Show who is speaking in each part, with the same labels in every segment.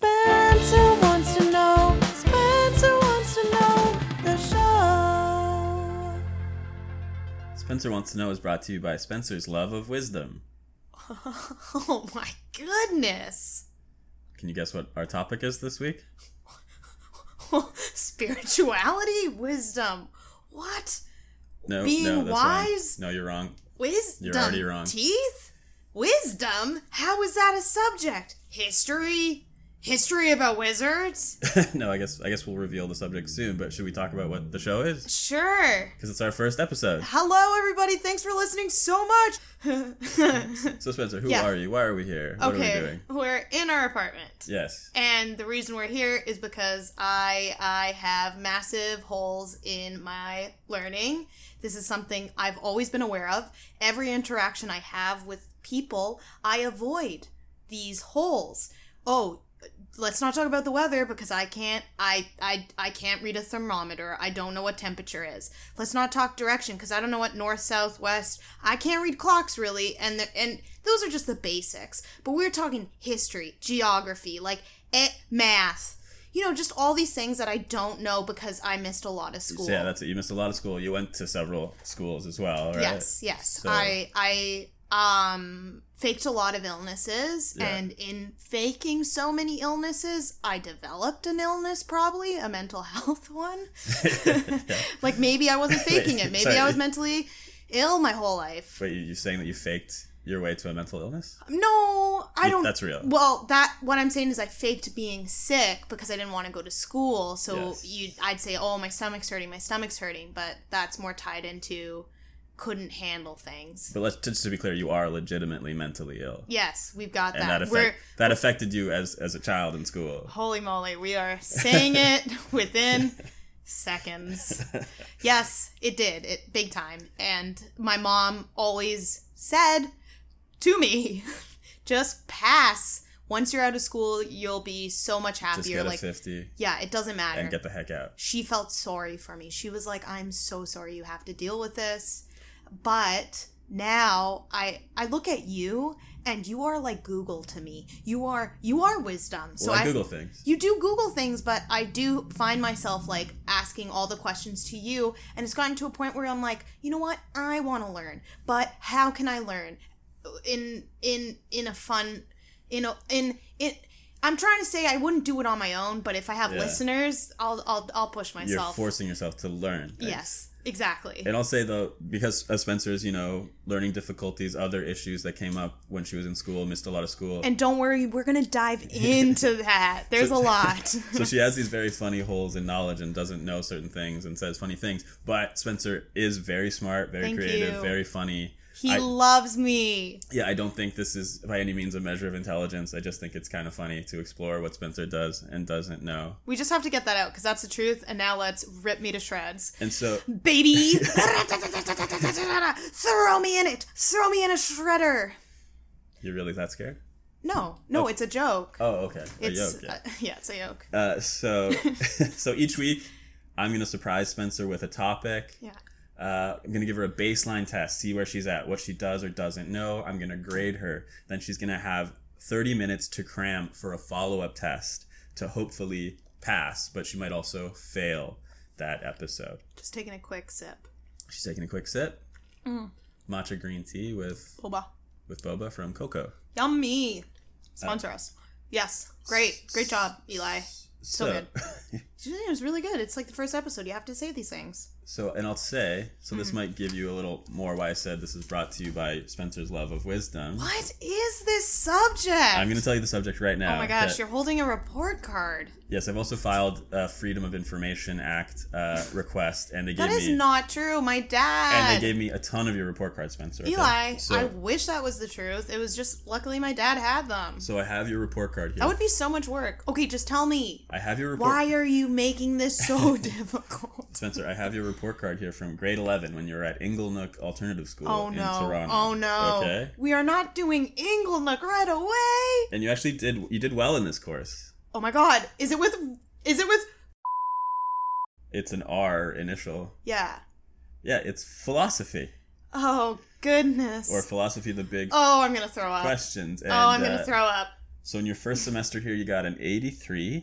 Speaker 1: Spencer wants to know. Spencer wants to know the show.
Speaker 2: Spencer Wants to Know is brought to you by Spencer's Love of Wisdom.
Speaker 1: Oh my goodness.
Speaker 2: Can you guess what our topic is this week?
Speaker 1: Spirituality, wisdom. What?
Speaker 2: No,
Speaker 1: Being
Speaker 2: no, that's
Speaker 1: wise?
Speaker 2: wrong. No, you're wrong.
Speaker 1: Wisdom.
Speaker 2: You're already wrong.
Speaker 1: Teeth? Wisdom? How is that a subject? History? History about wizards?
Speaker 2: no, I guess I guess we'll reveal the subject soon. But should we talk about what the show is?
Speaker 1: Sure.
Speaker 2: Because it's our first episode.
Speaker 1: Hello, everybody. Thanks for listening so much.
Speaker 2: So Spencer, who
Speaker 1: Yeah.
Speaker 2: are you? Why are we here? What are we
Speaker 1: okay,
Speaker 2: doing?
Speaker 1: we're in our apartment.
Speaker 2: Yes.
Speaker 1: And the reason we're here is because I I have massive holes in my learning. This is something I've always been aware of. Every interaction I have with people, I avoid these holes. Oh, let's not talk about the weather because I can't I I I can't read a thermometer. I don't know what temperature is. Let's not talk direction because I don't know what north, south, west. I can't read clocks really and the, and those are just the basics. But we're talking history, geography, like eh, math. You know, just all these things that I don't know because I missed a lot of school.
Speaker 2: So, yeah, that's it. You missed a lot of school. You went to several schools as well, right?
Speaker 1: Yes, yes.
Speaker 2: So-
Speaker 1: I I um faked a lot of illnesses
Speaker 2: Yeah.
Speaker 1: and in faking so many illnesses, I developed an illness probably, a mental health one. like maybe I wasn't faking it. Maybe
Speaker 2: Sorry.
Speaker 1: I was mentally ill my whole life.
Speaker 2: Wait, you- you're saying that you faked your way to a mental illness?
Speaker 1: No, I
Speaker 2: You-
Speaker 1: don't
Speaker 2: that's real.
Speaker 1: Well, that what I'm saying is I faked being sick because I didn't want to go to school. So
Speaker 2: Yes.
Speaker 1: you I'd say, "Oh, my stomach's hurting, my stomach's hurting," but that's more tied into couldn't handle things.
Speaker 2: But let's just to be clear, you are legitimately mentally ill,
Speaker 1: Yes, we've got
Speaker 2: and
Speaker 1: that.
Speaker 2: that
Speaker 1: We're
Speaker 2: affect, that affected you as as a child in school.
Speaker 1: holy moly, we are saying it within seconds. Yes, it did. It big time. And my mom always said to me, just pass. Once you're out of school, you'll be so much
Speaker 2: Just
Speaker 1: happier.
Speaker 2: get a
Speaker 1: Like
Speaker 2: fifty
Speaker 1: yeah, it doesn't matter.
Speaker 2: and get the heck out.
Speaker 1: she felt sorry for me. She was like, "I'm so sorry you have to deal with this." But now I I look at you and you are like Google to me. You are you are wisdom. So
Speaker 2: Well, I,
Speaker 1: I
Speaker 2: Google things.
Speaker 1: you do Google things, but I do find myself like asking all the questions to you and it's gotten to a point where I'm like, "You know what? I want to learn, but how can I learn in in in a fun you know in in I'm trying to say I wouldn't do it on my own, but if I have
Speaker 2: Yeah.
Speaker 1: listeners, I'll I'll I'll push
Speaker 2: You're
Speaker 1: myself.
Speaker 2: forcing yourself to learn. right?
Speaker 1: yes, exactly.
Speaker 2: And I'll say though, because of Spencer's, you know, learning difficulties, other issues that came up when she was in school, missed a lot of school.
Speaker 1: And don't worry, we're gonna dive into that. There's a lot.
Speaker 2: so she has these very funny holes in knowledge and doesn't know certain things and says funny things. But Spencer is very smart, very
Speaker 1: Thank
Speaker 2: creative,
Speaker 1: you.
Speaker 2: very funny.
Speaker 1: He
Speaker 2: I-
Speaker 1: loves me.
Speaker 2: Yeah, I don't think this is by any means a measure of intelligence. I just think it's kind of funny to explore what Spencer does and doesn't know.
Speaker 1: We just have to get that out because that's the truth. And now let's rip me to shreds.
Speaker 2: And so
Speaker 1: baby. Throw me in it. Throw me in a shredder.
Speaker 2: you're really that scared?
Speaker 1: No, no, it's a joke.
Speaker 2: Oh, okay. A
Speaker 1: It's
Speaker 2: yoke, yeah.
Speaker 1: uh, yeah, it's a joke.
Speaker 2: Uh, so so each week I'm gonna surprise Spencer with a topic.
Speaker 1: Yeah.
Speaker 2: Uh, I'm gonna give her a baseline test, see where she's at, what she does or doesn't know. I'm gonna grade her. Then she's gonna have 30 minutes to cram for a follow-up test to hopefully pass, but she might also fail that episode.
Speaker 1: Just taking a quick sip.
Speaker 2: She's taking a quick sip.
Speaker 1: Mm.
Speaker 2: Matcha green tea with
Speaker 1: Boba.
Speaker 2: with boba from Coco.
Speaker 1: Yummy. Sponsor us. Yes. Great. Great job, Eli. So good. It was really good. It's like the first episode. You have to say these things.
Speaker 2: So, and I'll say, so this
Speaker 1: Hmm.
Speaker 2: might give you a little more why I said this is brought to you by Spencer's Love of Wisdom.
Speaker 1: What is this subject?
Speaker 2: I'm going to tell you the subject right now.
Speaker 1: Oh my gosh,
Speaker 2: that-
Speaker 1: you're holding a report card.
Speaker 2: yes, I've also filed a Freedom of Information Act uh, request, and they gave
Speaker 1: That is
Speaker 2: me
Speaker 1: not true. My dad.
Speaker 2: and they gave me a ton of your report cards, Spencer. okay?
Speaker 1: Eli,
Speaker 2: so,
Speaker 1: I wish that was the truth. It was just luckily my dad had them.
Speaker 2: so I have your report card here.
Speaker 1: That would be so much work. Okay, just tell me.
Speaker 2: I have your report.
Speaker 1: Why are you making this so difficult?
Speaker 2: Spencer, I have your report card here from grade 11 when you were at Inglenook Alternative School
Speaker 1: Oh
Speaker 2: in
Speaker 1: no.
Speaker 2: Toronto.
Speaker 1: Oh no.
Speaker 2: Okay.
Speaker 1: We are not doing Inglenook right away.
Speaker 2: And you actually did you did well in this course.
Speaker 1: Oh my god. Is it with is it with
Speaker 2: It's an R initial.
Speaker 1: Yeah.
Speaker 2: Yeah, it's philosophy.
Speaker 1: Oh goodness.
Speaker 2: or philosophy the big
Speaker 1: oh, I'm going to throw up.
Speaker 2: questions. And,
Speaker 1: oh, I'm going
Speaker 2: uh,
Speaker 1: to throw up.
Speaker 2: So in your first semester here, you got an 83.
Speaker 1: Mm.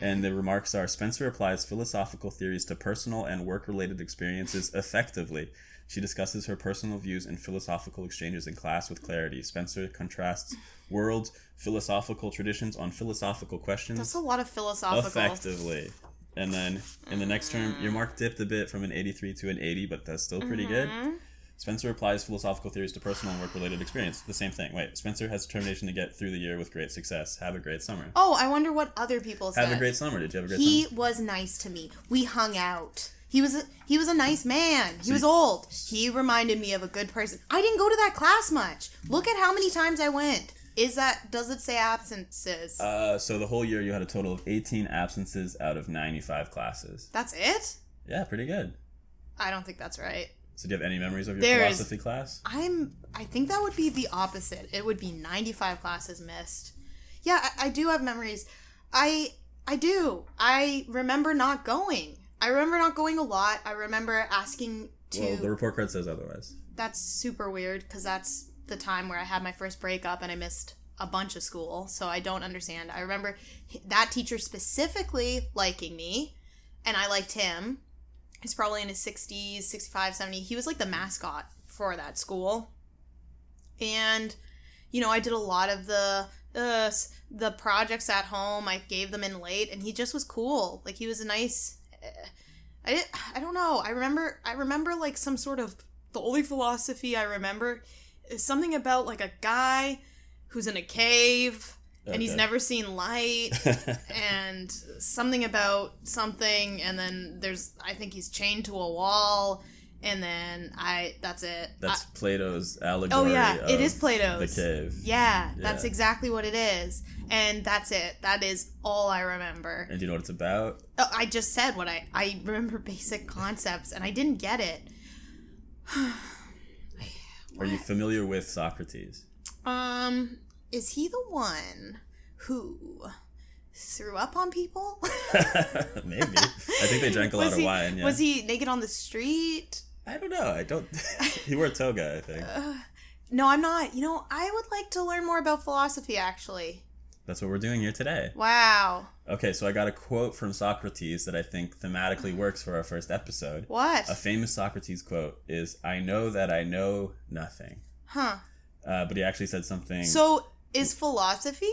Speaker 2: And the remarks are Spencer applies philosophical theories to personal and work related experiences effectively. She discusses her personal views and philosophical exchanges in class with clarity. Spencer contrasts worlds, philosophical traditions on philosophical
Speaker 1: That's
Speaker 2: questions
Speaker 1: a lot of philosophical.
Speaker 2: effectively. And then in the next term, your mark dipped a bit from an 83 to an 80, but that's still pretty good.
Speaker 1: Mhm.
Speaker 2: Spencer applies philosophical theories to personal and work related experience. The same thing. Wait, Spencer has determination to get through the year with great success. Have a great summer.
Speaker 1: Oh, I wonder what other people said.
Speaker 2: Have a great summer. Did you have a great
Speaker 1: he
Speaker 2: summer?
Speaker 1: was nice to me. We hung out. He was a, he was a nice man. He was old. He reminded me of a good person. I didn't go to that class much. Look at how many times I went. Is that does it say absences?
Speaker 2: Uh, so the whole year you had a total of 18 absences out of 95 classes.
Speaker 1: that's it?
Speaker 2: Yeah, pretty good.
Speaker 1: I don't think that's right.
Speaker 2: So do you have any memories of your
Speaker 1: There is-
Speaker 2: philosophy class?
Speaker 1: I'm I think that would be the opposite. It would be 95 classes missed. Yeah, I, I do have memories. I I do. I remember not going. I remember not going a lot. I remember asking to
Speaker 2: Well, the report card says otherwise.
Speaker 1: that's super weird because that's the time where I had my first breakup and I missed a bunch of school. So I don't understand. I remember h- that teacher specifically liking me, and I liked him. He's probably in his 60s, 65, 70. He was like the mascot for that school. And, you know, I did a lot of the. Uh, s- the projects at home I gave them in late and he just was cool like he was a nice eh, I didn't, I don't know. I remember I remember like some sort of the only philosophy I remember is something about like a guy who's in a cave and he's
Speaker 2: Okay.
Speaker 1: never seen light and something about something and then there's I think he's chained to a wall and then I that's it.
Speaker 2: That's Plato's
Speaker 1: I- oh
Speaker 2: allegory.
Speaker 1: yeah, it
Speaker 2: of
Speaker 1: is Plato's.
Speaker 2: The cave.
Speaker 1: Yeah, that's
Speaker 2: Yeah.
Speaker 1: exactly what it is. And that's it. That is all I remember.
Speaker 2: And do you know what it's about?
Speaker 1: Oh, I just said what I I remember basic concepts and I didn't get it.
Speaker 2: Are you familiar with Socrates?
Speaker 1: Um, is he the one who threw up on people?
Speaker 2: Maybe. I think they drank a lot
Speaker 1: Was
Speaker 2: of
Speaker 1: he-
Speaker 2: wine. Yeah.
Speaker 1: Was he naked on the street?
Speaker 2: I don't know. I don't. he wore a toga, I think.
Speaker 1: No, I'm not. You know, I would like to learn more about philosophy actually.
Speaker 2: That's what we're doing here today.
Speaker 1: Wow.
Speaker 2: Okay, so I got a quote from Socrates that I think thematically works for our first episode.
Speaker 1: What?
Speaker 2: A famous Socrates quote is I know that I know nothing.
Speaker 1: Huh.
Speaker 2: Uh, but he actually said something.
Speaker 1: So is philosophy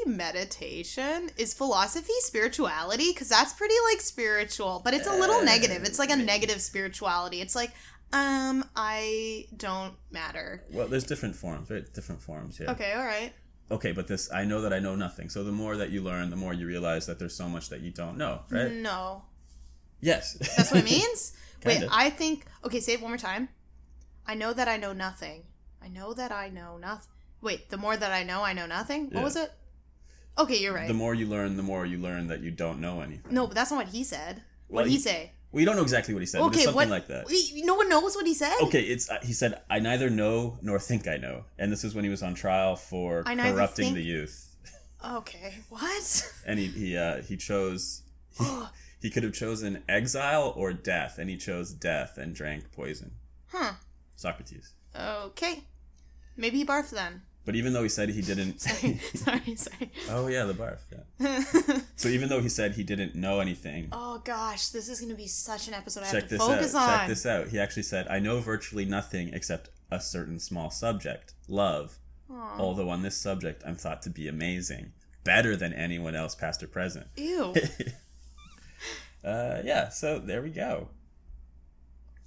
Speaker 1: meditation? Is philosophy spirituality? Because that's pretty like spiritual, but it's a little
Speaker 2: Uh,
Speaker 1: negative. It's like a negative spirituality. It's like, um, I don't matter.
Speaker 2: well, there's different forms, right? Different forms, yeah.
Speaker 1: Okay, all right.
Speaker 2: Okay, but this I know that I know nothing. So the more that you learn, the more you realize that there's so much that you don't know, right?
Speaker 1: No,
Speaker 2: Yes.
Speaker 1: Mm-hmm. that's what it means. Wait,
Speaker 2: Kinda.
Speaker 1: I think. Okay, say it one more time. I know that I know nothing. I know that I know nothing. Wait, the more that I know, I know nothing. What
Speaker 2: Yeah.
Speaker 1: was it? Okay, you're right.
Speaker 2: The more you learn, the more you learn that you don't know anything.
Speaker 1: no, but that's not what he said.
Speaker 2: Well,
Speaker 1: what he
Speaker 2: he-
Speaker 1: say?
Speaker 2: We don't know exactly what he said, but it's
Speaker 1: Okay,
Speaker 2: something
Speaker 1: what?
Speaker 2: like that.
Speaker 1: we- no one knows what he said.
Speaker 2: Okay, it's uh, he said I neither know nor think I know, and this is when he was on trial for
Speaker 1: I neither
Speaker 2: corrupting
Speaker 1: think-
Speaker 2: the youth,
Speaker 1: Okay. What?
Speaker 2: and he he uh, he chose he, he could have chosen exile or death, and he chose death and drank poison.
Speaker 1: Huh.
Speaker 2: Socrates.
Speaker 1: Okay. Maybe he barfed then.
Speaker 2: But even though he said he didn't,
Speaker 1: Sorry. sorry. Sorry.
Speaker 2: oh yeah, the barf. Yeah. So even though he said he didn't know anything,
Speaker 1: oh gosh, this is gonna be such an episode. I
Speaker 2: check
Speaker 1: have to
Speaker 2: this
Speaker 1: focus
Speaker 2: out.
Speaker 1: on.
Speaker 2: Check this out. He actually said, "I know virtually nothing except a certain small subject, love."
Speaker 1: Aw.
Speaker 2: Although on this subject, I'm thought to be amazing, better than anyone else, past or present.
Speaker 1: Ew.
Speaker 2: Uh, yeah, so there we go.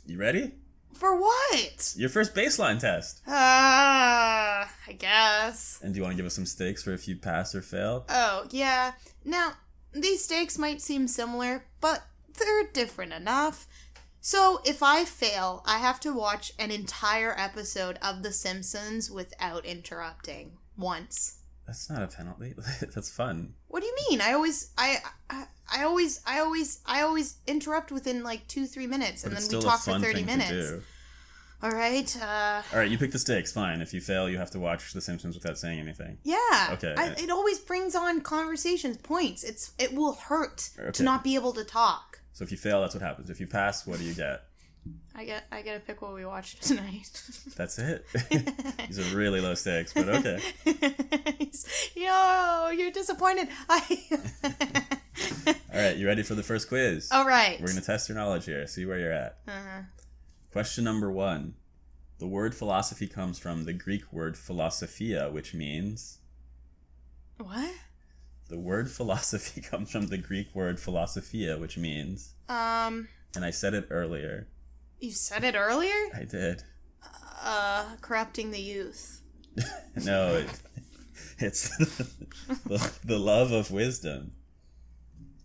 Speaker 2: You ready?
Speaker 1: For what?
Speaker 2: Your first baseline test.
Speaker 1: Ah, I guess.
Speaker 2: And do you want to give us some stakes for if you pass or fail?
Speaker 1: Oh yeah. Now these stakes might seem similar, but they're different enough. So if I fail, I have to watch an entire episode of The Simpsons without interrupting once.
Speaker 2: That's not a penalty. That's fun.
Speaker 1: What do you mean? I always I, I I always I always I always interrupt within like two three minutes,
Speaker 2: But
Speaker 1: and
Speaker 2: it's
Speaker 1: then
Speaker 2: still
Speaker 1: we
Speaker 2: a
Speaker 1: talk for
Speaker 2: fun
Speaker 1: thirty
Speaker 2: thing
Speaker 1: minutes.
Speaker 2: to do.
Speaker 1: All right. Uh,
Speaker 2: All right, you pick the stakes. Fine. If you fail, you have to watch The Simpsons without saying anything.
Speaker 1: yeah.
Speaker 2: Okay.
Speaker 1: I, it always brings on conversations points. It's it will hurt
Speaker 2: Okay.
Speaker 1: to not be able to talk.
Speaker 2: So if you fail, that's what happens. If you pass, what do you get?
Speaker 1: I get I get to pick what we watch tonight.
Speaker 2: That's it. These are really low stakes, but okay.
Speaker 1: He's- Yo, you're disappointed. I.
Speaker 2: All right, you ready for the first quiz?
Speaker 1: All right.
Speaker 2: We're gonna test your knowledge here. See where you're at.
Speaker 1: Uh-huh.
Speaker 2: Question number one. The word philosophy comes from the Greek word philosophia, which means
Speaker 1: What?
Speaker 2: the word philosophy comes from the Greek word philosophia, which means
Speaker 1: Um,
Speaker 2: and I said it earlier.
Speaker 1: you said it earlier.
Speaker 2: I did.
Speaker 1: Uh, corrupting the youth.
Speaker 2: No, it, it's the, the love of wisdom.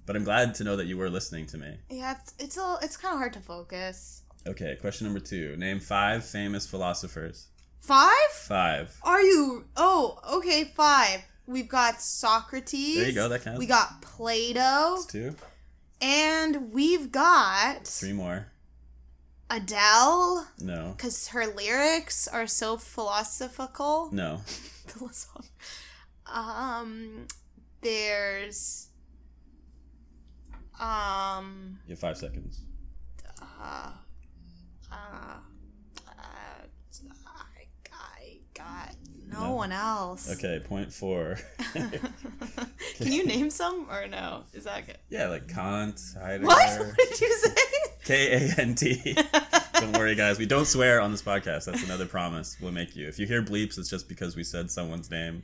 Speaker 2: But I'm glad to know that you were listening to me.
Speaker 1: Yeah, it's it's a, it's kind of hard to focus.
Speaker 2: Okay, question number two. Name five famous philosophers.
Speaker 1: Five?
Speaker 2: Five.
Speaker 1: Are you? Oh, okay, five. We've got Socrates.
Speaker 2: There you go. That counts.
Speaker 1: We got Plato,
Speaker 2: That's two.
Speaker 1: and we've got
Speaker 2: Three more.
Speaker 1: Adele
Speaker 2: No.
Speaker 1: because her lyrics are so philosophical.
Speaker 2: No.
Speaker 1: Philosoph- um, there's um.
Speaker 2: You have five seconds.
Speaker 1: uh, uh, uh, I, I got no,
Speaker 2: No.
Speaker 1: one else.
Speaker 2: Okay, point four.
Speaker 1: Can you name some or no? Is that good?
Speaker 2: yeah, like Kant,
Speaker 1: What?
Speaker 2: Heidegger,
Speaker 1: What did you say?
Speaker 2: K A N T. Don't worry, guys. We don't swear on this podcast. That's another promise we'll make you. If you hear bleeps, it's just because we said someone's name.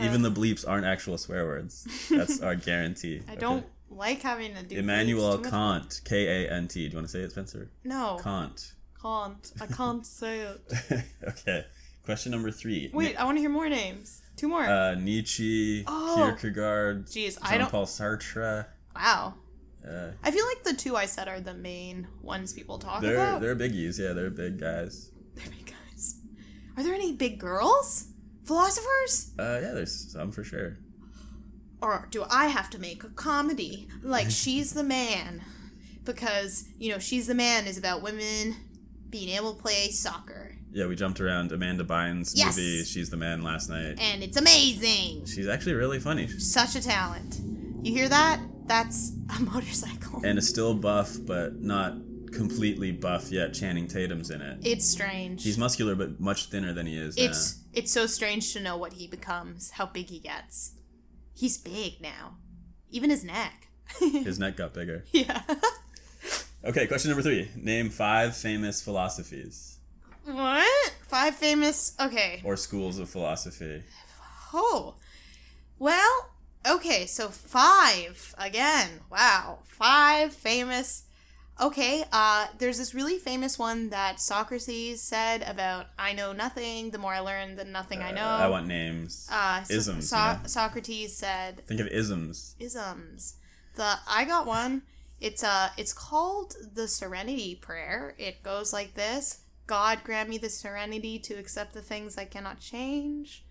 Speaker 2: Even the bleeps aren't actual swear words. That's our guarantee.
Speaker 1: I
Speaker 2: okay?
Speaker 1: don't like having to do.
Speaker 2: Immanuel
Speaker 1: things. Too much- Oh.
Speaker 2: Kant, K A N T. Do you want to say it, Spencer?
Speaker 1: No,
Speaker 2: Kant.
Speaker 1: can't. I can't say it.
Speaker 2: okay. Question number three.
Speaker 1: Wait, I want to hear more names. Two more.
Speaker 2: Uh, Nietzsche,
Speaker 1: Oh.
Speaker 2: Kierkegaard,
Speaker 1: Jeez, I
Speaker 2: Jean
Speaker 1: don't.
Speaker 2: Paul Sartre.
Speaker 1: Wow.
Speaker 2: Uh,
Speaker 1: I feel like the two I said are the main ones people talk
Speaker 2: they're
Speaker 1: about.
Speaker 2: they're biggies. Yeah, they're big guys.
Speaker 1: They're big guys. Are there any big girls? Philosophers?
Speaker 2: Uh, yeah, there's some for sure.
Speaker 1: or do I have to make a comedy like she's the man? Because, you know, she's the man is about women being able to play soccer.
Speaker 2: Yeah, we jumped around Amanda Bynes
Speaker 1: Yes.
Speaker 2: movie. She's the man last night.
Speaker 1: And it's amazing.
Speaker 2: She's actually really funny
Speaker 1: Such a talent. You hear that? That's a motorcycle.
Speaker 2: and is still buff, but not completely buff yet. Channing Tatum's in it.
Speaker 1: it's strange.
Speaker 2: He's muscular, but much thinner than he is uh,
Speaker 1: it's it's so strange to know what he becomes, how big he gets. He's big now. Even his neck.
Speaker 2: now. His neck got bigger.
Speaker 1: yeah.
Speaker 2: Okay, question number three. Name five famous philosophies
Speaker 1: what? Five famous okay.
Speaker 2: or schools of philosophy.
Speaker 1: Oh. Well, okay, so five again. Wow. Five famous Okay, uh there's this really famous one that Socrates said about I know nothing, the more I learn, the nothing I know.
Speaker 2: Uh, I want names.
Speaker 1: uh so-
Speaker 2: isms,
Speaker 1: So-
Speaker 2: you know?
Speaker 1: Socrates said
Speaker 2: Think of isms.
Speaker 1: isms. The I got one. It's uh it's called the Serenity Prayer. It goes like this. God grant me the serenity to accept the things I cannot change,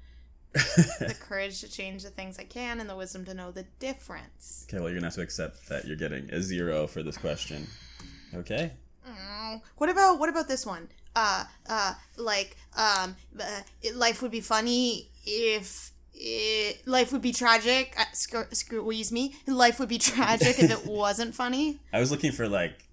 Speaker 1: the courage to change the things I can, and the wisdom to know the difference.
Speaker 2: Okay, well, you're gonna have to accept that you're getting a zero for this question. Okay.
Speaker 1: Mm. What about what about this one? Uh uh like um uh, it- life would be funny if it, life would be tragic. Uh, sc- squeeze me. Life would be tragic if it wasn't funny.
Speaker 2: I was looking for like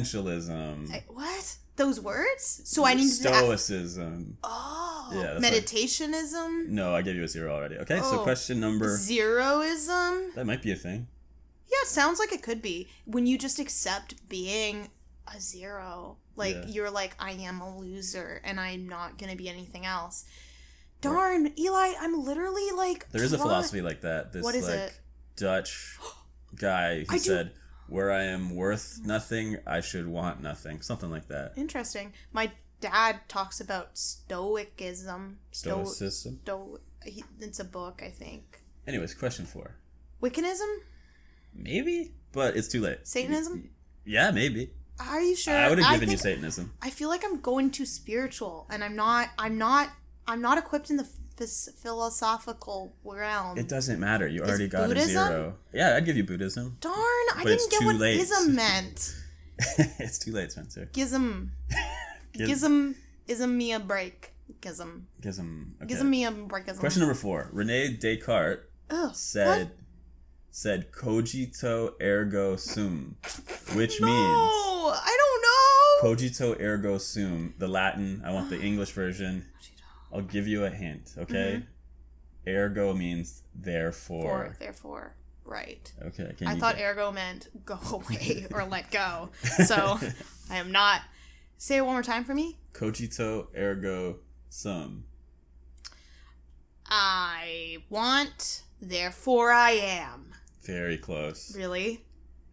Speaker 2: existentialism,
Speaker 1: I- what those words? So I need to add-
Speaker 2: stoicism.
Speaker 1: oh
Speaker 2: Yeah, that's
Speaker 1: meditationism,
Speaker 2: No, I gave you a zero already. Okay, so
Speaker 1: Oh.
Speaker 2: question number
Speaker 1: zeroism.
Speaker 2: that might be a thing.
Speaker 1: Yeah, it sounds like it could be when you just accept being a zero. Like
Speaker 2: Yeah.
Speaker 1: you're like I am a loser and I'm not gonna be anything else. Darn, Eli, I'm literally like
Speaker 2: There is a
Speaker 1: try-
Speaker 2: philosophy like that. This
Speaker 1: What is
Speaker 2: like
Speaker 1: it?
Speaker 2: Dutch guy who
Speaker 1: I do-
Speaker 2: said, "Where I am worth nothing, I should want nothing." Something like that.
Speaker 1: Interesting. My dad talks about stoicism. Sto-
Speaker 2: Stoicism.
Speaker 1: sto- he, it's a book, I think.
Speaker 2: Anyways, question four.
Speaker 1: Wiccanism,
Speaker 2: Maybe, but it's too late.
Speaker 1: Satanism.
Speaker 2: Yeah, maybe.
Speaker 1: Are you sure?
Speaker 2: I would have given you
Speaker 1: think
Speaker 2: Satanism.
Speaker 1: I feel like I'm going too spiritual, and I'm not. I'm not. I'm not equipped in the phys- philosophical realm.
Speaker 2: It doesn't matter. You already got
Speaker 1: Buddhism?
Speaker 2: a zero. Yeah, I'd give you Buddhism.
Speaker 1: Darn! I
Speaker 2: But it's
Speaker 1: didn't get
Speaker 2: too
Speaker 1: what
Speaker 2: late.
Speaker 1: ism meant.
Speaker 2: it's too late, Spencer.
Speaker 1: Gism.
Speaker 2: Giz-
Speaker 1: Gism. Ism me a break. Gism.
Speaker 2: Gism. Okay.
Speaker 1: Gism me a break.
Speaker 2: Question number four. Rene Descartes
Speaker 1: Ugh,
Speaker 2: said said cogito ergo sum, which
Speaker 1: what? No,
Speaker 2: means
Speaker 1: I
Speaker 2: Cogito ergo sum, the Latin. I want the English version. I'll give you a hint, okay?
Speaker 1: Mm-hmm.
Speaker 2: Ergo means
Speaker 1: For,
Speaker 2: therefore.
Speaker 1: therefore, right.
Speaker 2: Okay, can
Speaker 1: I
Speaker 2: you
Speaker 1: thought
Speaker 2: get-
Speaker 1: ergo meant go away or let go. So I am not. Say it one more time for me.
Speaker 2: cogito ergo sum.
Speaker 1: I want, therefore I am.
Speaker 2: Very close.
Speaker 1: Really?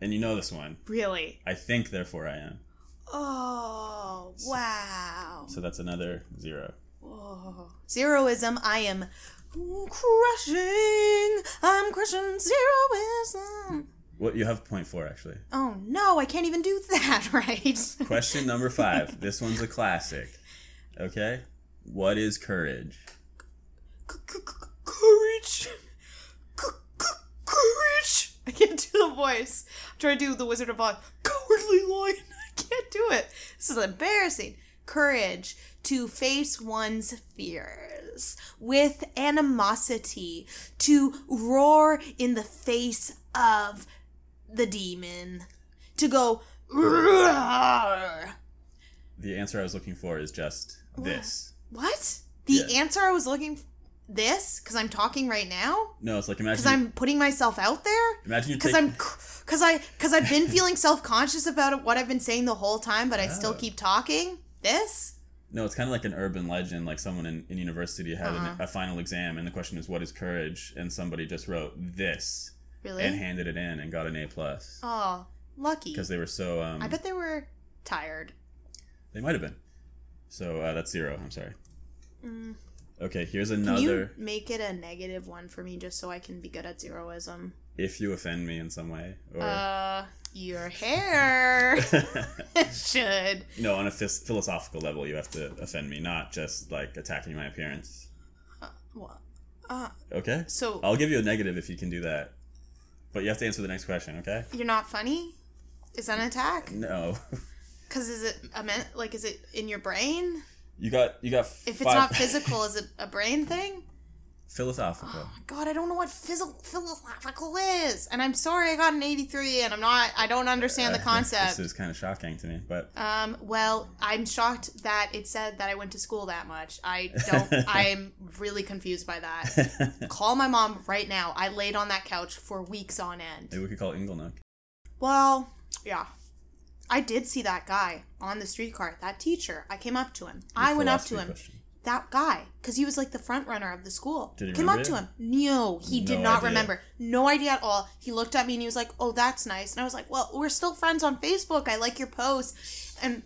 Speaker 2: And you know this one.
Speaker 1: Really?
Speaker 2: I think therefore I am.
Speaker 1: Oh, wow.
Speaker 2: So that's another zero.
Speaker 1: Oh. Zeroism, I am crushing. I'm crushing zeroism.
Speaker 2: Well, you have point four actually.
Speaker 1: Oh no, I can't even do that, right?
Speaker 2: Question number five. this one's a classic. Okay? What is courage?
Speaker 1: C- c- c- Courage. C- c- Courage. I can't do the voice. I'm trying to do the Wizard of Oz. Cowardly lion. I can't do it. This is embarrassing. Courage to face one's fears with animosity, to roar in the face of the demon, to go. "Roar."
Speaker 2: The answer I was looking for is just this.
Speaker 1: What? The
Speaker 2: Yeah.
Speaker 1: answer I was looking for this because I'm talking right now
Speaker 2: No, it's like
Speaker 1: because
Speaker 2: imagine
Speaker 1: I'm putting myself out there
Speaker 2: imagine you
Speaker 1: because
Speaker 2: take
Speaker 1: I'm because I because I've been feeling self conscious about what I've been saying the whole time, but I still
Speaker 2: Oh.
Speaker 1: keep talking. This
Speaker 2: No, it's kind of like an urban legend. Like someone in, in university had
Speaker 1: Uh-huh.
Speaker 2: an, a final exam, and the question is, "What is courage?" And somebody just wrote this
Speaker 1: really?
Speaker 2: and handed it in and got an A plus
Speaker 1: oh, lucky.
Speaker 2: because they were so. Um,
Speaker 1: I bet they were tired.
Speaker 2: they might have been. So uh, that's zero. I'm sorry.
Speaker 1: Mm.
Speaker 2: Okay, here's
Speaker 1: Can you
Speaker 2: another.
Speaker 1: make it a negative one for me just so I can be good at zeroism?
Speaker 2: If you offend me in some way, or
Speaker 1: Uh, your hair should.
Speaker 2: no, on a phys- philosophical level, you have to offend me, not just like attacking my appearance.
Speaker 1: Well, uh,
Speaker 2: Okay,
Speaker 1: so
Speaker 2: I'll give you a negative if you can do that, but you have to answer the next question. Okay?
Speaker 1: you're not funny. Is that an attack?
Speaker 2: No,
Speaker 1: Because is it a men- like is it in your brain?
Speaker 2: you got you got.
Speaker 1: If it's
Speaker 2: five-
Speaker 1: not physical, is it a brain thing?
Speaker 2: philosophical.
Speaker 1: God, I don't know what phys- philosophical is, and I'm sorry I got an 83, and I'm not. I don't understand the
Speaker 2: Uh,
Speaker 1: concept.
Speaker 2: This is kind of shocking to me, but
Speaker 1: Um, well, I'm shocked that it said that I went to school that much. I don't. I'm really confused by that. Call my mom right now. I laid on that couch for weeks on end.
Speaker 2: maybe we could call it Inglenook.
Speaker 1: Well, yeah. I did see that guy on the streetcar, that teacher. I came up to him. I went up to
Speaker 2: Philosophy
Speaker 1: him.
Speaker 2: question.
Speaker 1: that guy because he was like the front runner of the school.
Speaker 2: Did he
Speaker 1: Came
Speaker 2: remember
Speaker 1: up
Speaker 2: you?
Speaker 1: to him. No, he did
Speaker 2: No
Speaker 1: not
Speaker 2: idea.
Speaker 1: remember. No idea at all. He looked at me and he was like, "Oh, that's nice." And I was like, "Well, we're still friends on Facebook. I like your posts." And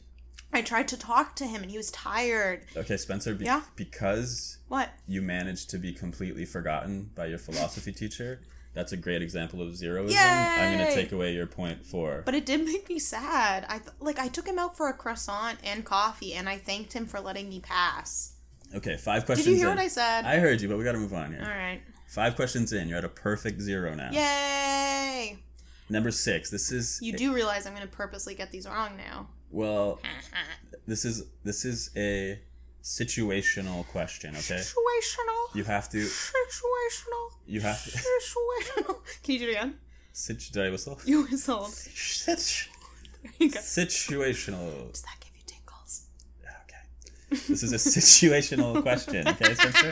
Speaker 1: I tried to talk to him, and he was tired.
Speaker 2: Okay, Spencer. Be-
Speaker 1: Yeah?
Speaker 2: Because
Speaker 1: What?
Speaker 2: you managed to be completely forgotten by your philosophy teacher. That's a great example of zeroism. I'm going
Speaker 1: Yay!
Speaker 2: to take away your point four.
Speaker 1: But it did make me sad. I th- like I took him out for a croissant and coffee, and I thanked him for letting me pass.
Speaker 2: okay, five
Speaker 1: Did
Speaker 2: questions.
Speaker 1: you hear
Speaker 2: in.
Speaker 1: what I said?
Speaker 2: I heard you, but we got to move on here.
Speaker 1: all right.
Speaker 2: Five questions in. You're at a perfect zero now.
Speaker 1: Yay!
Speaker 2: Number six. This is
Speaker 1: You do realize I'm gonna purposely get these wrong now.
Speaker 2: well. This is this is a situational question. Okay.
Speaker 1: Situational.
Speaker 2: You have to.
Speaker 1: Situational.
Speaker 2: You have. To,
Speaker 1: Situational. Can you do it again?
Speaker 2: sit, did I whistle?
Speaker 1: You whistled. There you go.
Speaker 2: Situational.
Speaker 1: Does that give you tingles?
Speaker 2: Okay. This is a situational question, okay, Spencer?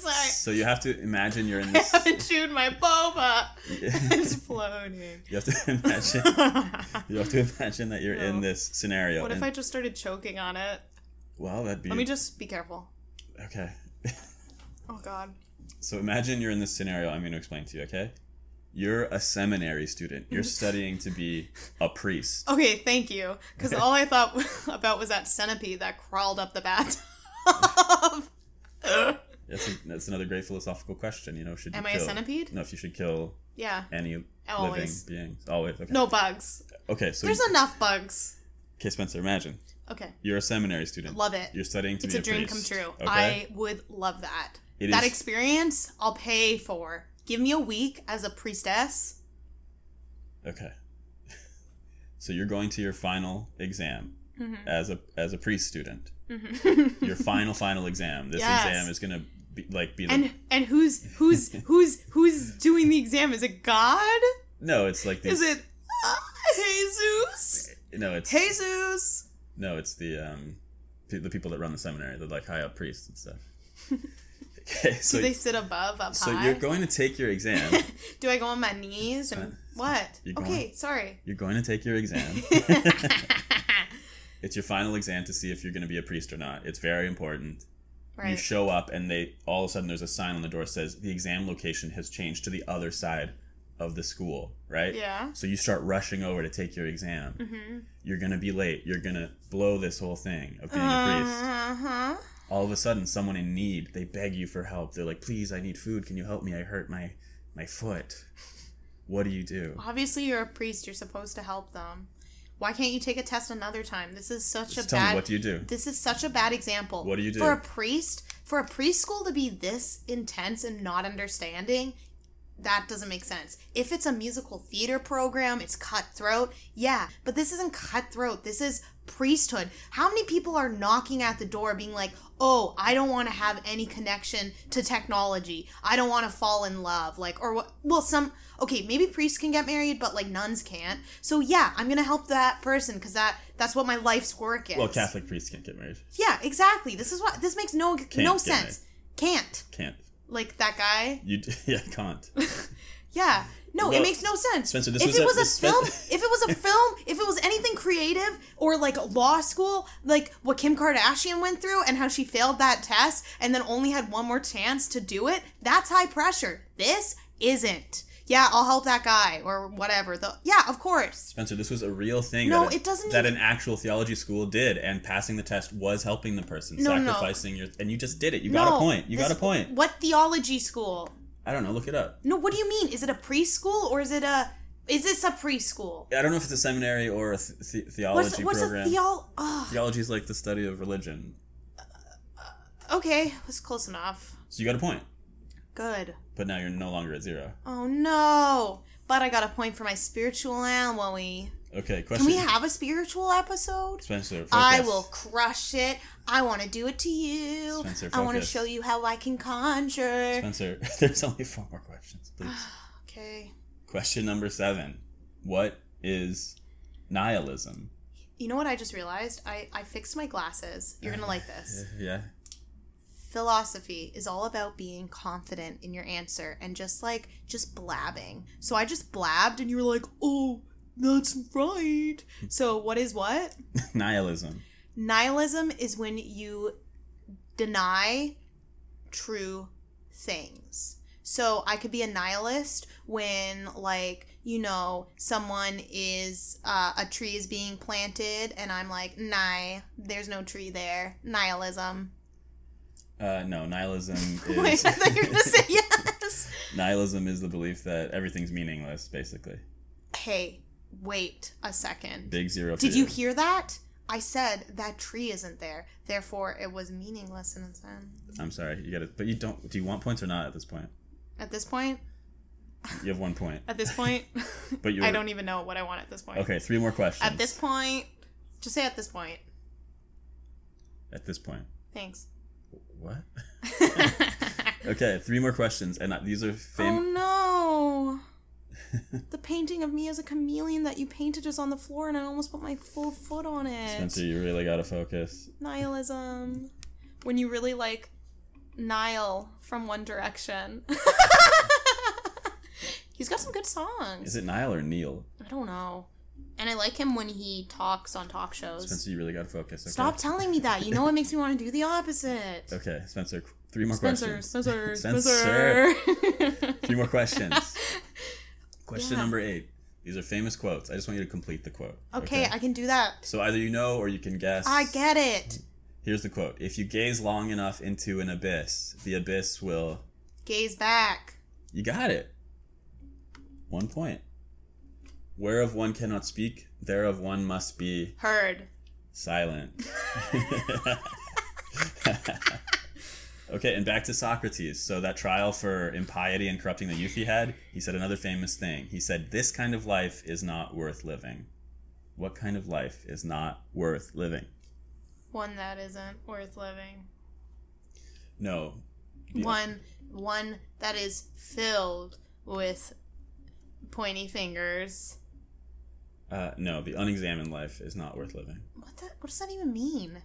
Speaker 1: Sorry.
Speaker 2: So you have to imagine you're in
Speaker 1: I
Speaker 2: this.
Speaker 1: haven't chewed my boba. It's
Speaker 2: you
Speaker 1: floating.
Speaker 2: have to imagine.
Speaker 1: what
Speaker 2: You have to imagine that you're in
Speaker 1: No.
Speaker 2: this scenario.
Speaker 1: if
Speaker 2: and-
Speaker 1: I just started choking on it?
Speaker 2: well, that'd be
Speaker 1: Let me just be careful.
Speaker 2: okay.
Speaker 1: Oh god.
Speaker 2: So imagine you're in this scenario. I'm going to explain to you, okay? You're a seminary student. You're studying to be a priest.
Speaker 1: Okay, thank you. Because all I thought about was that centipede that crawled up the bathtub.
Speaker 2: That's, a, that's another great philosophical question. You know, should you
Speaker 1: Am I a
Speaker 2: kill-
Speaker 1: centipede?
Speaker 2: No, if you should kill
Speaker 1: Yeah.
Speaker 2: any
Speaker 1: Always.
Speaker 2: living beings. Always. Okay.
Speaker 1: No bugs.
Speaker 2: Okay. So
Speaker 1: There's enough bugs.
Speaker 2: okay, Spencer. Imagine
Speaker 1: Okay.
Speaker 2: you're a seminary student.
Speaker 1: Love it.
Speaker 2: You're studying to
Speaker 1: It's
Speaker 2: be
Speaker 1: a dream come
Speaker 2: priest,
Speaker 1: true.
Speaker 2: Okay?
Speaker 1: I would love that.
Speaker 2: It
Speaker 1: that
Speaker 2: is-
Speaker 1: experience, I'll pay for. Give me a week as a priestess.
Speaker 2: okay. so you're going to your final exam
Speaker 1: Mhm.
Speaker 2: as a as a priest student.
Speaker 1: Mhm.
Speaker 2: Your final final exam. This
Speaker 1: Yes.
Speaker 2: exam is gonna be like be the
Speaker 1: and and who's who's who's who's doing the exam? Is it God?
Speaker 2: no. It's like the
Speaker 1: Is it uh, Jesus?
Speaker 2: no. It's
Speaker 1: Jesus.
Speaker 2: No, it's the um, pe- the people that run the seminary, the like high up priests and stuff. okay, so
Speaker 1: Do they sit above up
Speaker 2: so
Speaker 1: high?
Speaker 2: you're going to take your exam.
Speaker 1: Do I go on my knees and what?
Speaker 2: Uh, You're
Speaker 1: Okay, sorry.
Speaker 2: you're going to take your exam. it's your final exam to see if you're going to be a priest or not. It's very important. You
Speaker 1: right.
Speaker 2: show up and they all of a sudden there's a sign on the door that says the exam location has changed to the other side of the school, right?
Speaker 1: yeah.
Speaker 2: So you start rushing over to take your exam.
Speaker 1: Mm-hmm.
Speaker 2: You're going to be late. You're going to blow this whole thing of being a priest.
Speaker 1: Uh huh.
Speaker 2: all of a sudden someone in need they beg you for help they're like please i need food can you help me i hurt my my foot what do you do
Speaker 1: Obviously, you're a priest. You're supposed to help them. Why can't you take a test another time? This is such
Speaker 2: just
Speaker 1: a
Speaker 2: tell
Speaker 1: bad.
Speaker 2: me what do you do
Speaker 1: This is such a bad example.
Speaker 2: What do you do?
Speaker 1: For a priest, for a preschool to be this intense and not understanding, that doesn't make sense. If it's a musical theater program, it's cutthroat. Yeah, but this isn't cutthroat. This is priesthood. How many people are knocking at the door being like, "Oh, I don't want to have any connection to technology. I don't want to fall in love." Like or what well, some okay, maybe priests can get married, but like nuns can't. So yeah, I'm going to help that person cuz that that's what my life's work is.
Speaker 2: well catholic priests can't get married
Speaker 1: Yeah, exactly. This is what this makes no no
Speaker 2: get
Speaker 1: sense. Can't
Speaker 2: can't
Speaker 1: like that guy.
Speaker 2: you yeah can't
Speaker 1: Yeah, no,
Speaker 2: Well,
Speaker 1: it makes no sense.
Speaker 2: Spencer, this
Speaker 1: if
Speaker 2: was
Speaker 1: it
Speaker 2: a-
Speaker 1: was a
Speaker 2: this-
Speaker 1: film, if it was a film, if it was anything creative or like law school, like what Kim Kardashian went through and how she failed that test and then only had one more chance to do it, that's high pressure. This isn't. Yeah, I'll help that guy or whatever. The, yeah, of course.
Speaker 2: spencer this was a real thing
Speaker 1: No,
Speaker 2: that, a-
Speaker 1: it doesn't
Speaker 2: that
Speaker 1: even-
Speaker 2: an actual theology school did and passing the test was helping the person
Speaker 1: No, no, no.
Speaker 2: sacrificing your and you just did it you
Speaker 1: no,
Speaker 2: got a point you got
Speaker 1: this-
Speaker 2: a point
Speaker 1: What theology school?
Speaker 2: i don't know look it up
Speaker 1: No, what do you mean? Is it a preschool or is it a is this a preschool?
Speaker 2: i don't know if it's a seminary or a th- the-
Speaker 1: What's
Speaker 2: theology
Speaker 1: what's
Speaker 2: program
Speaker 1: a theol? Oh,
Speaker 2: theology is like the study of religion
Speaker 1: okay, was close enough.
Speaker 2: so you got a point
Speaker 1: Good.
Speaker 2: but now you're no longer at zero
Speaker 1: Oh no! But I got a point for my spiritual alloy.
Speaker 2: okay
Speaker 1: Can
Speaker 2: question
Speaker 1: we have a spiritual episode?
Speaker 2: Spencer, focus.
Speaker 1: I will crush it. I want to do it to you.
Speaker 2: Spencer,
Speaker 1: I want to
Speaker 2: focus.
Speaker 1: show you how I can conjure.
Speaker 2: Spencer, there's only four more questions, please.
Speaker 1: Okay.
Speaker 2: Question number seven. What is nihilism?
Speaker 1: You know what I just realized? I, I fixed my glasses. You're going to like this.
Speaker 2: Yeah.
Speaker 1: philosophy is all about being confident in your answer and just like just blabbing. So I just blabbed and you were like, "Oh, that's right." So what is what?
Speaker 2: nihilism.
Speaker 1: Nihilism is when you deny true things. So I could be a nihilist when, like, you know, someone is, uh, a tree is being planted, and I'm like, nah, there's no tree there. Nihilism.
Speaker 2: Uh, no, nihilism
Speaker 1: Wait,
Speaker 2: is
Speaker 1: I thought you were going to say yes.
Speaker 2: nihilism is the belief that everything's meaningless, basically.
Speaker 1: Hey, wait a second.
Speaker 2: Big zero. for
Speaker 1: Did you hear that? I said that tree isn't there. Therefore, it was meaningless in a sense.
Speaker 2: I'm sorry, you got it. But you don't. Do you want points or not at this point?
Speaker 1: At this point,
Speaker 2: You have one point.
Speaker 1: at this point,
Speaker 2: But you're
Speaker 1: I don't even know what I want at this point.
Speaker 2: okay. Three more questions.
Speaker 1: At this point, just say at this point.
Speaker 2: At this point.
Speaker 1: Thanks.
Speaker 2: What? Okay, three more questions, and uh, these are famous.
Speaker 1: oh no! the painting of me as a chameleon that you painted is on the floor, and I almost put my full foot on it.
Speaker 2: Spencer, you really gotta focus.
Speaker 1: Nihilism. When you really like Nile from One Direction. He's got some good songs.
Speaker 2: Is it Nile or Neil?
Speaker 1: I don't know. And I like him when he talks on talk shows.
Speaker 2: Spencer, you really gotta focus. Okay?
Speaker 1: Stop telling me that. You know what makes me want to do the opposite.
Speaker 2: Okay, Spencer, qu- three more
Speaker 1: Spencer,
Speaker 2: questions.
Speaker 1: Spencer, Spencer.
Speaker 2: Spencer. Three more questions. Question
Speaker 1: Yeah.
Speaker 2: number eight. These are famous quotes. I just want you to complete the quote.
Speaker 1: okay, I can do that.
Speaker 2: so either you know or you can guess.
Speaker 1: I get it.
Speaker 2: Here's the quote If you gaze long enough into an abyss, the abyss will.
Speaker 1: Gaze back.
Speaker 2: You got it. One point. Whereof one cannot speak, thereof one must be
Speaker 1: Heard.
Speaker 2: silent. okay, and back to Socrates. So that trial for impiety and corrupting the youth he had, he said another famous thing. He said, "This kind of life is not worth living." What kind of life is not worth living?
Speaker 1: One that isn't worth living.
Speaker 2: No. The-
Speaker 1: one one that is filled with pointy fingers
Speaker 2: Uh, no, the unexamined life is not worth living.
Speaker 1: What the, What does that even mean?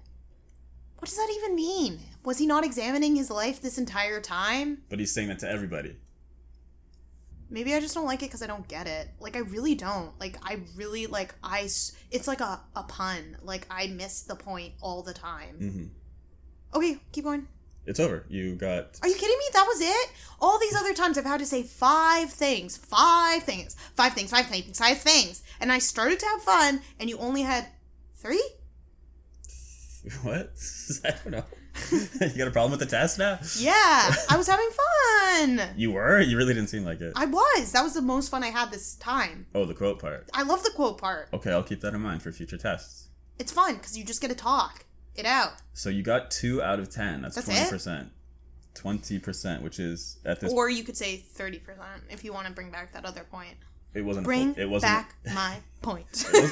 Speaker 1: What does that even mean? Was he not examining his life this entire time?
Speaker 2: But he's saying that to everybody.
Speaker 1: Maybe I just don't like it because I don't get it. Like I really don't. Like I really like I. s- It's like a a pun. Like I miss the point all the time.
Speaker 2: hmm
Speaker 1: Okay, keep going.
Speaker 2: It's over. You got
Speaker 1: Are you kidding me? That was it? All these other times I've had to say five things, five things, five things, five things, five things, and I started to have fun, and you only had three.
Speaker 2: what? I don't know. you got a problem with the test now?
Speaker 1: Yeah, I was having fun.
Speaker 2: You were. You really didn't seem like it.
Speaker 1: I was. That was the most fun I had this time.
Speaker 2: Oh, the quote part.
Speaker 1: I love the quote part.
Speaker 2: Okay, I'll keep that in mind for future tests.
Speaker 1: It's fun because you just get to talk it out.
Speaker 2: So you got two out of ten. That's
Speaker 1: That's
Speaker 2: twenty
Speaker 1: it?
Speaker 2: percent. Twenty percent, which is at this.
Speaker 1: Or you could say 30% if you want to bring back that other point.
Speaker 2: it wasn't. a full-
Speaker 1: Bring
Speaker 2: it wasn't.
Speaker 1: back my point.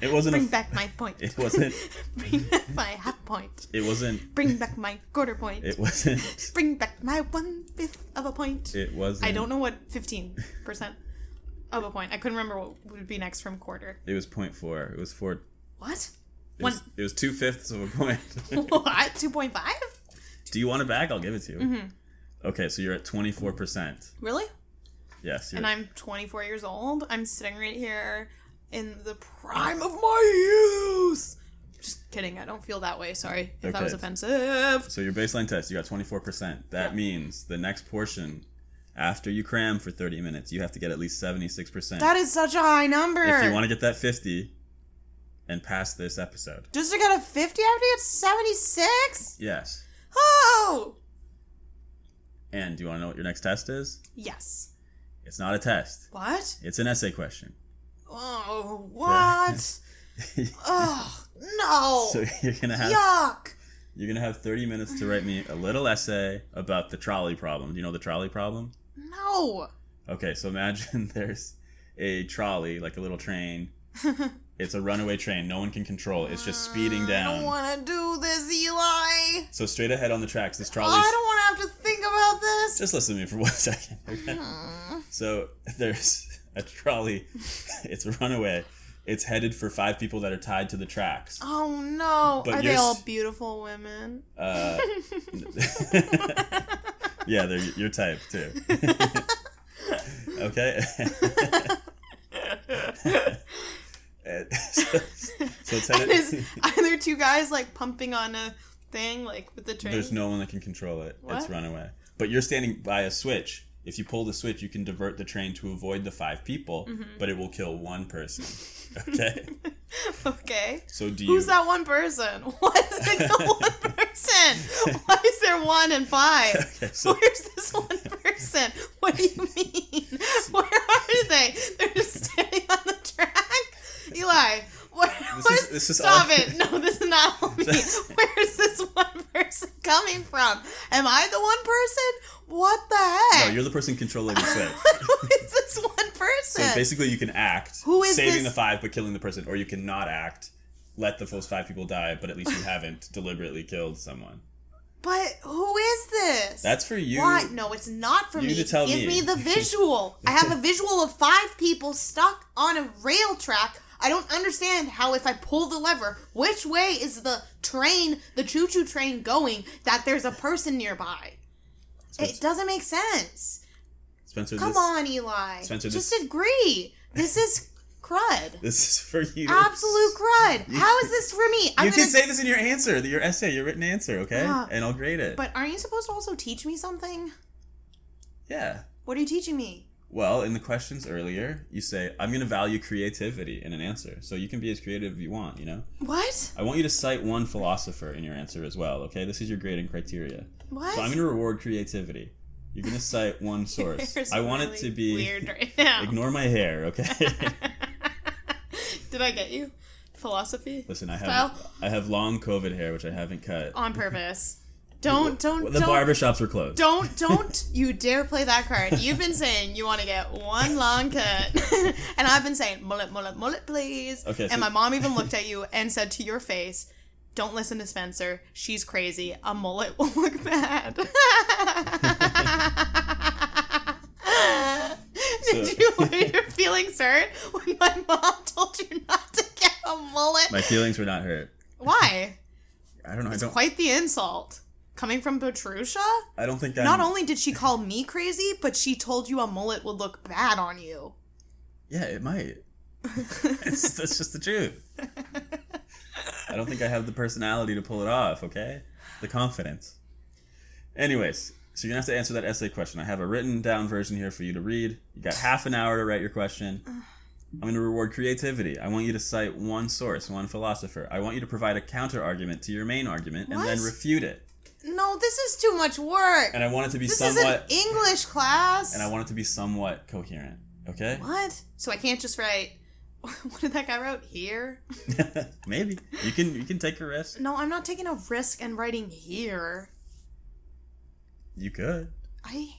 Speaker 2: It wasn't. a
Speaker 1: bring
Speaker 2: f-
Speaker 1: back my point.
Speaker 2: It wasn't.
Speaker 1: bring back my half point.
Speaker 2: It wasn't.
Speaker 1: Bring back my quarter point.
Speaker 2: It wasn't.
Speaker 1: bring back my one fifth of a point.
Speaker 2: It wasn't.
Speaker 1: I don't know what 15% of a point. I couldn't remember what would be next from quarter.
Speaker 2: It was point four. It was four.
Speaker 1: What?
Speaker 2: It was,
Speaker 1: One-
Speaker 2: it was two fifths of a point.
Speaker 1: What? 2.5?
Speaker 2: Do you want it back? I'll give it to you.
Speaker 1: Mm-hmm.
Speaker 2: Okay, so you're at twenty four percent.
Speaker 1: Really?
Speaker 2: Yes. You're,
Speaker 1: And I'm 24 years old. I'm sitting right here in the prime of my youth. Just kidding. I don't feel that way. Sorry if that was
Speaker 2: Okay.
Speaker 1: offensive.
Speaker 2: So your baseline test, you got 24%. That means the next portion, after you cram for 30 minutes, you have to get at least 76%.
Speaker 1: That is such a high number.
Speaker 2: if you want to get that 50 and pass this episode.
Speaker 1: Just to get a 50 after you get 76?
Speaker 2: Yes.
Speaker 1: Oh!
Speaker 2: And do you want to know what your next test is?
Speaker 1: Yes.
Speaker 2: It's not a test.
Speaker 1: What?
Speaker 2: It's an essay question.
Speaker 1: Oh, what? oh, no.
Speaker 2: So you're going to have
Speaker 1: Yuck.
Speaker 2: you're going to have 30 minutes to write me a little essay about the trolley problem. Do you know the trolley problem?
Speaker 1: No.
Speaker 2: Okay, so imagine there's a trolley, like a little train. it's a runaway train. No one can control it. It's just speeding
Speaker 1: Mm, I
Speaker 2: down.
Speaker 1: don't want to do this, Eli.
Speaker 2: So straight ahead on the tracks, this trolley's.
Speaker 1: I don't want to have to think about this.
Speaker 2: Just listen to me for one second. okay?
Speaker 1: Hmm.
Speaker 2: So there's a trolley. It's a runaway. It's headed for five people that are tied to the tracks.
Speaker 1: Oh no!
Speaker 2: But
Speaker 1: Are
Speaker 2: you're
Speaker 1: they
Speaker 2: s-
Speaker 1: all beautiful women?
Speaker 2: Uh, yeah, they're your type too. okay. And Uh, so, so it's
Speaker 1: and
Speaker 2: headed.
Speaker 1: is are there two guys like pumping on a thing like with the train?
Speaker 2: There's no one that can control it. It's
Speaker 1: What?
Speaker 2: runaway. But you're standing by a switch. If you pull the switch, you can divert the train to avoid the five people,
Speaker 1: Mm-hmm.
Speaker 2: but it will kill one person. Okay.
Speaker 1: Okay.
Speaker 2: So do you?
Speaker 1: Who's that one person? Why is it the one person? Why is there one and five?
Speaker 2: Okay, so
Speaker 1: Where's this one person? What do you mean? Where are they? They're just standing on the track. Eli, where,
Speaker 2: This
Speaker 1: where's-
Speaker 2: is- this is
Speaker 1: stop
Speaker 2: all-
Speaker 1: it? No, this is not all me. Where's this one person coming from? Am I the one person? What the
Speaker 2: no,
Speaker 1: heck?
Speaker 2: you're the person controlling the switch.
Speaker 1: Who is this one person?
Speaker 2: So basically, you can act,
Speaker 1: Who is this-
Speaker 2: saving the five but killing the person, or you can not act, let the first five people die, but at least you haven't deliberately killed someone.
Speaker 1: but who is this?
Speaker 2: That's for you.
Speaker 1: Why? No, it's not for
Speaker 2: you
Speaker 1: me.
Speaker 2: to tell
Speaker 1: Give
Speaker 2: me.
Speaker 1: me. the visual. I have a visual of five people stuck on a rail track. I don't understand how if I pull the lever, which way is the train, the choo-choo train going that there's a person nearby? It
Speaker 2: Spencer,
Speaker 1: doesn't make sense.
Speaker 2: Spencer,
Speaker 1: Come
Speaker 2: this,
Speaker 1: on, Eli.
Speaker 2: Spencer,
Speaker 1: Just
Speaker 2: this-
Speaker 1: agree. This is crud.
Speaker 2: This is for you.
Speaker 1: Absolute crud. How is this for me?
Speaker 2: You can say this in your answer, your essay, your written answer, okay?
Speaker 1: Ah.
Speaker 2: and I'll grade it.
Speaker 1: But aren't you supposed to also teach me something?
Speaker 2: yeah.
Speaker 1: What are you teaching me?
Speaker 2: Well, in the questions earlier, you say, I'm going to value creativity in an answer. So you can be as creative as you want, you know?
Speaker 1: What?
Speaker 2: I want you to cite one philosopher in your answer as well, okay? This is your grading criteria.
Speaker 1: What?
Speaker 2: So I'm going to reward creativity. You're going to cite one source.
Speaker 1: Hair's
Speaker 2: I want
Speaker 1: really
Speaker 2: it to be.
Speaker 1: weird right now.
Speaker 2: Ignore my hair, okay?
Speaker 1: Did I get you? Philosophy
Speaker 2: Listen, I have
Speaker 1: Well-
Speaker 2: I have long COVID hair, which I haven't cut.
Speaker 1: on purpose. Don't don't
Speaker 2: The
Speaker 1: don't
Speaker 2: barbershops were closed.
Speaker 1: don't don't you dare play that card. You've been saying you want to get one long cut, and I've been saying mullet mullet mullet please.
Speaker 2: Okay, so-
Speaker 1: and my mom even looked at you and said to your face. Don't listen to Spencer. She's crazy. A mullet will look bad. Did
Speaker 2: So-
Speaker 1: you feel feelings hurt when my mom told you not to get a mullet?
Speaker 2: My feelings were not hurt.
Speaker 1: Why?
Speaker 2: I don't know. I
Speaker 1: It's
Speaker 2: don't.
Speaker 1: quite the insult. Coming from Petrusha?
Speaker 2: I don't think that.
Speaker 1: Not only did she call me crazy, but she told you a mullet would look bad on you.
Speaker 2: Yeah, it might. It's, that's just the truth. I don't think I have the personality to pull it off, okay? The confidence. Anyways, so you're going to have to answer that essay question. I have a written down version here for you to read. You got half an hour to write your question. I'm going to reward creativity. I want you to cite one source, one philosopher. I want you to provide a counter argument to your main argument and then
Speaker 1: What?
Speaker 2: refute it.
Speaker 1: no, this is too much work.
Speaker 2: And I want it to be
Speaker 1: this is an
Speaker 2: somewhat
Speaker 1: English class.
Speaker 2: and I want it to be somewhat coherent, okay?
Speaker 1: What? So I can't just write. What did that guy wrote here?
Speaker 2: Maybe. You can you can take a risk.
Speaker 1: No, I'm not taking a risk and writing here.
Speaker 2: You could.
Speaker 1: I.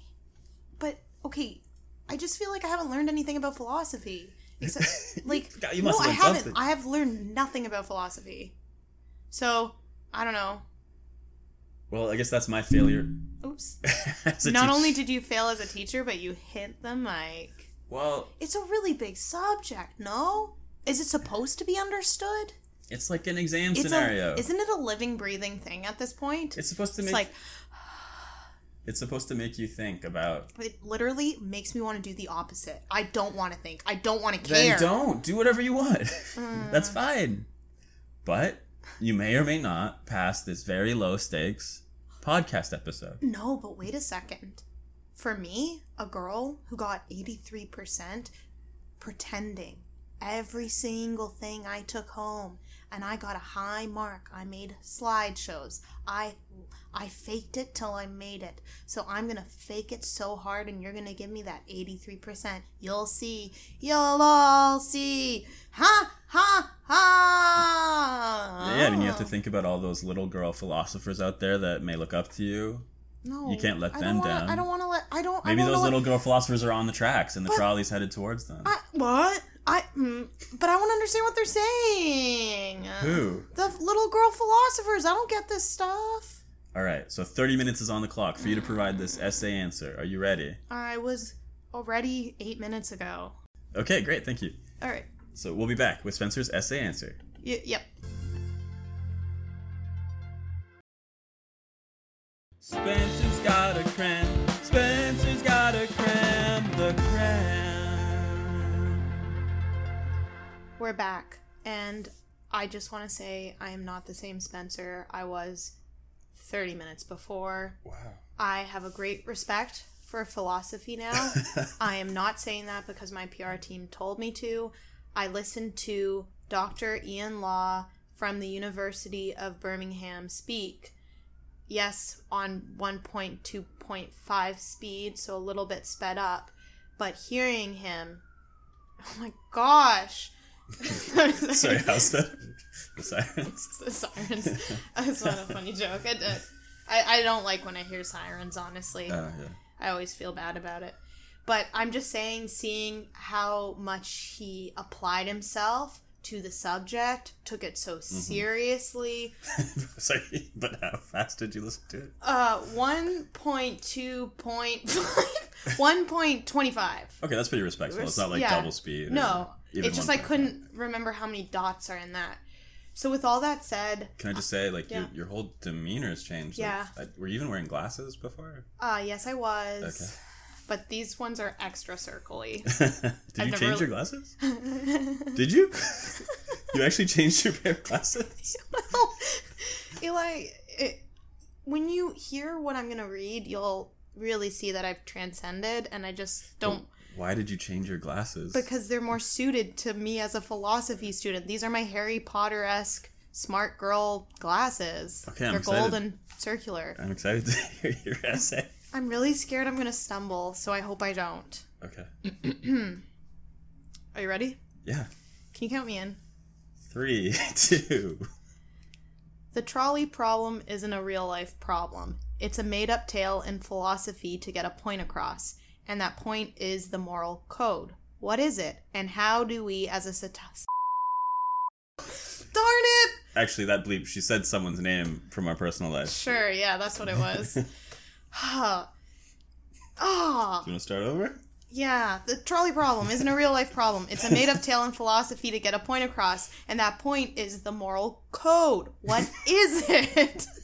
Speaker 1: But okay, I just feel like I haven't learned anything about philosophy. Except, like,
Speaker 2: God, you
Speaker 1: no,
Speaker 2: must have
Speaker 1: I
Speaker 2: learned
Speaker 1: haven't.
Speaker 2: something.
Speaker 1: I have learned nothing about philosophy. So I don't know.
Speaker 2: Well, I guess that's my failure.
Speaker 1: Oops.
Speaker 2: as a
Speaker 1: Not
Speaker 2: teach-
Speaker 1: only did you fail as a teacher, but you hit the mic.
Speaker 2: well,
Speaker 1: It's a really big subject. No, is it supposed to be understood?
Speaker 2: it's like an exam
Speaker 1: It's
Speaker 2: scenario.
Speaker 1: A, isn't it a living, breathing thing at this point?
Speaker 2: it's supposed to
Speaker 1: It's
Speaker 2: make
Speaker 1: like
Speaker 2: it's supposed to make you think about.
Speaker 1: it literally makes me want to do the opposite. I don't want to think. I don't want to care. Mm.
Speaker 2: Then don't do whatever you want. That's fine. But you may or may not pass this very low stakes podcast episode.
Speaker 1: No, but wait a second. For me, a girl who got 83% pretending every single thing I took home and I got a high mark. I made slideshows. I I faked it till I made it. So I'm going to fake it so hard and you're going to give me that 83%. You'll see. You'll all see. Ha ha ha.
Speaker 2: Yeah, I mean you
Speaker 1: Oh.
Speaker 2: have to think about all those little girl philosophers out there that may look up to you.
Speaker 1: No.
Speaker 2: You can't let
Speaker 1: I don't
Speaker 2: them
Speaker 1: wanna,
Speaker 2: down.
Speaker 1: I don't want to let I don't
Speaker 2: Maybe
Speaker 1: I don't
Speaker 2: those
Speaker 1: know what-
Speaker 2: little girl philosophers are on the tracks and the trolley's headed towards them.
Speaker 1: I, what? I mm, but I want to understand what they're saying.
Speaker 2: Who?
Speaker 1: The little girl philosophers. I don't get this stuff.
Speaker 2: All right, so 30 minutes is on the clock for you to provide this essay answer. Are you ready?
Speaker 1: I was already eight minutes ago.
Speaker 2: Okay, great. Thank you.
Speaker 1: All right.
Speaker 2: So we'll be back with Spencer's essay answer.
Speaker 1: Y- yep.
Speaker 2: Spencer's got a cram. Spencer's got a cram. The cram.
Speaker 1: We're back, and I just want to say I am not the same Spencer I was 30 minutes before.
Speaker 2: Wow.
Speaker 1: I have a great respect for philosophy now. I am not saying that because my PR team told me to. I listened to Dr. Ian Law from the University of Birmingham speak. Yes, on 1.2.5 speed, so a little bit sped up, but hearing him, oh my gosh.
Speaker 2: Sorry, how's the, the sirens?
Speaker 1: It's the sirens. That's not a funny joke. I, don't- I, I don't like when I hear sirens, honestly.
Speaker 2: Oh, yeah.
Speaker 1: I always feel bad about it. But I'm just saying, seeing how much he applied himself to the subject, took it
Speaker 2: Mm-hmm.
Speaker 1: so seriously.
Speaker 2: Sorry, but how fast did you listen to it?
Speaker 1: Uh, 1.2 point 1.25.
Speaker 2: Okay, that's pretty respectable. It's not like
Speaker 1: Yeah.
Speaker 2: double speed. or
Speaker 1: No,
Speaker 2: even
Speaker 1: it just I
Speaker 2: 1.5.
Speaker 1: couldn't remember how many dots are in that. So with all that said,
Speaker 2: Can I just say, like,
Speaker 1: Yeah.
Speaker 2: your, your whole demeanor has changed. Like,
Speaker 1: Yeah.
Speaker 2: I- were you even wearing glasses before?
Speaker 1: uh yes, I was.
Speaker 2: Okay.
Speaker 1: But these ones are extra circly.
Speaker 2: Did you
Speaker 1: never-
Speaker 2: change your glasses? Did you? you actually changed your pair of glasses?
Speaker 1: well, Eli, it, when you hear what I'm gonna read, you'll really see that I've transcended, and I just don't
Speaker 2: Why did you change your glasses?
Speaker 1: because they're more suited to me as a philosophy student. These are my Harry Potter esque smart girl glasses.
Speaker 2: Okay, I'm
Speaker 1: they're
Speaker 2: excited.
Speaker 1: gold and circular.
Speaker 2: I'm excited to hear your essay.
Speaker 1: I'm really scared I'm gonna stumble, so I hope I don't.
Speaker 2: Okay.
Speaker 1: Are you ready?
Speaker 2: Yeah.
Speaker 1: Can you count me in?
Speaker 2: Three, two.
Speaker 1: The trolley problem isn't a real life problem. It's a made up tale in philosophy to get a point across, and that point is the moral code. What is it, and how do we as a society? Darn it!
Speaker 2: Actually, that bleep, she said someone's name from our personal life.
Speaker 1: Sure, yeah, that's what it was. Ah.
Speaker 2: Do you want to start over?
Speaker 1: Yeah, the trolley problem isn't a real life problem. It's a made up tale in philosophy to get a point across, and that point is the moral code. What is it?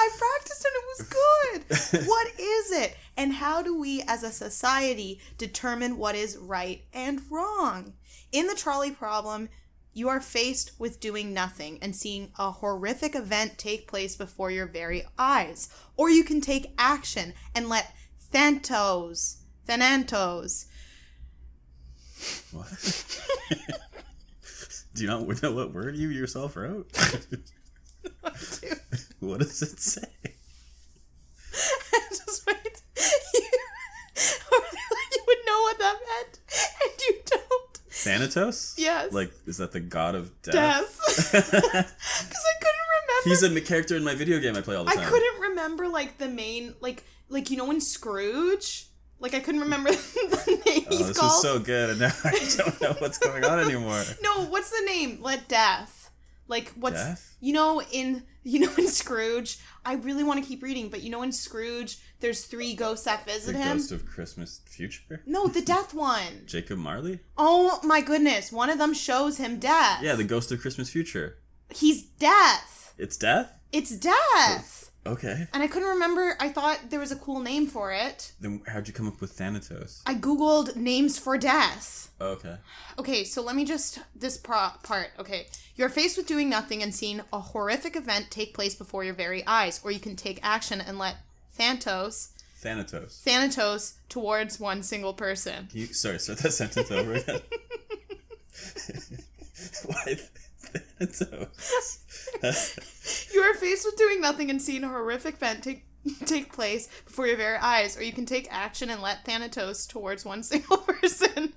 Speaker 1: I practiced and it was good. What is it? And how do we as a society determine what is right and wrong? In the trolley problem, you are faced with doing nothing and seeing a horrific event take place before your very eyes. Or you can take action and let Thantos, Thanantos,
Speaker 2: What? Do you not know what word you yourself wrote? what does it say?
Speaker 1: just wait. You, you would know what that meant, and you don't.
Speaker 2: Thanatos?
Speaker 1: Yes.
Speaker 2: Like, is that the god of death?
Speaker 1: Death. Because I couldn't remember.
Speaker 2: He's a m- character in my video game I play all the
Speaker 1: I
Speaker 2: time.
Speaker 1: couldn't remember like the main like like you know in Scrooge. Like I couldn't remember the name
Speaker 2: Oh,
Speaker 1: he's
Speaker 2: this
Speaker 1: called.
Speaker 2: is so good, and now I don't know what's going on anymore.
Speaker 1: no, what's the name? Let death. Like what's
Speaker 2: Death?
Speaker 1: you know in you know in Scrooge. I really want to keep reading, but you know in Scrooge, there's three ghosts that
Speaker 2: The
Speaker 1: visit him.
Speaker 2: ghost of Christmas future?
Speaker 1: No, the death one.
Speaker 2: Jacob Marley?
Speaker 1: Oh my goodness! One of them shows him death.
Speaker 2: Yeah, the ghost of Christmas future.
Speaker 1: he's death.
Speaker 2: It's death?
Speaker 1: It's death.
Speaker 2: Okay.
Speaker 1: And I couldn't remember. I thought there was a cool name for it.
Speaker 2: Then how'd you come up with Thanatos? Oh,
Speaker 1: I googled names for death.
Speaker 2: Okay.
Speaker 1: Okay, so let me just this pro- part. Okay, you're faced with doing nothing and seeing a horrific event take place before your very eyes, or you can take action and let Thanatos,
Speaker 2: Thanatos.
Speaker 1: Thanatos, towards one single person.
Speaker 2: Can you sorry, start that sentence over again? Why Thanatos?
Speaker 1: You are faced with doing nothing and seeing a horrific event take take place before your very eyes, or you can take action and let Thanatos towards one single person.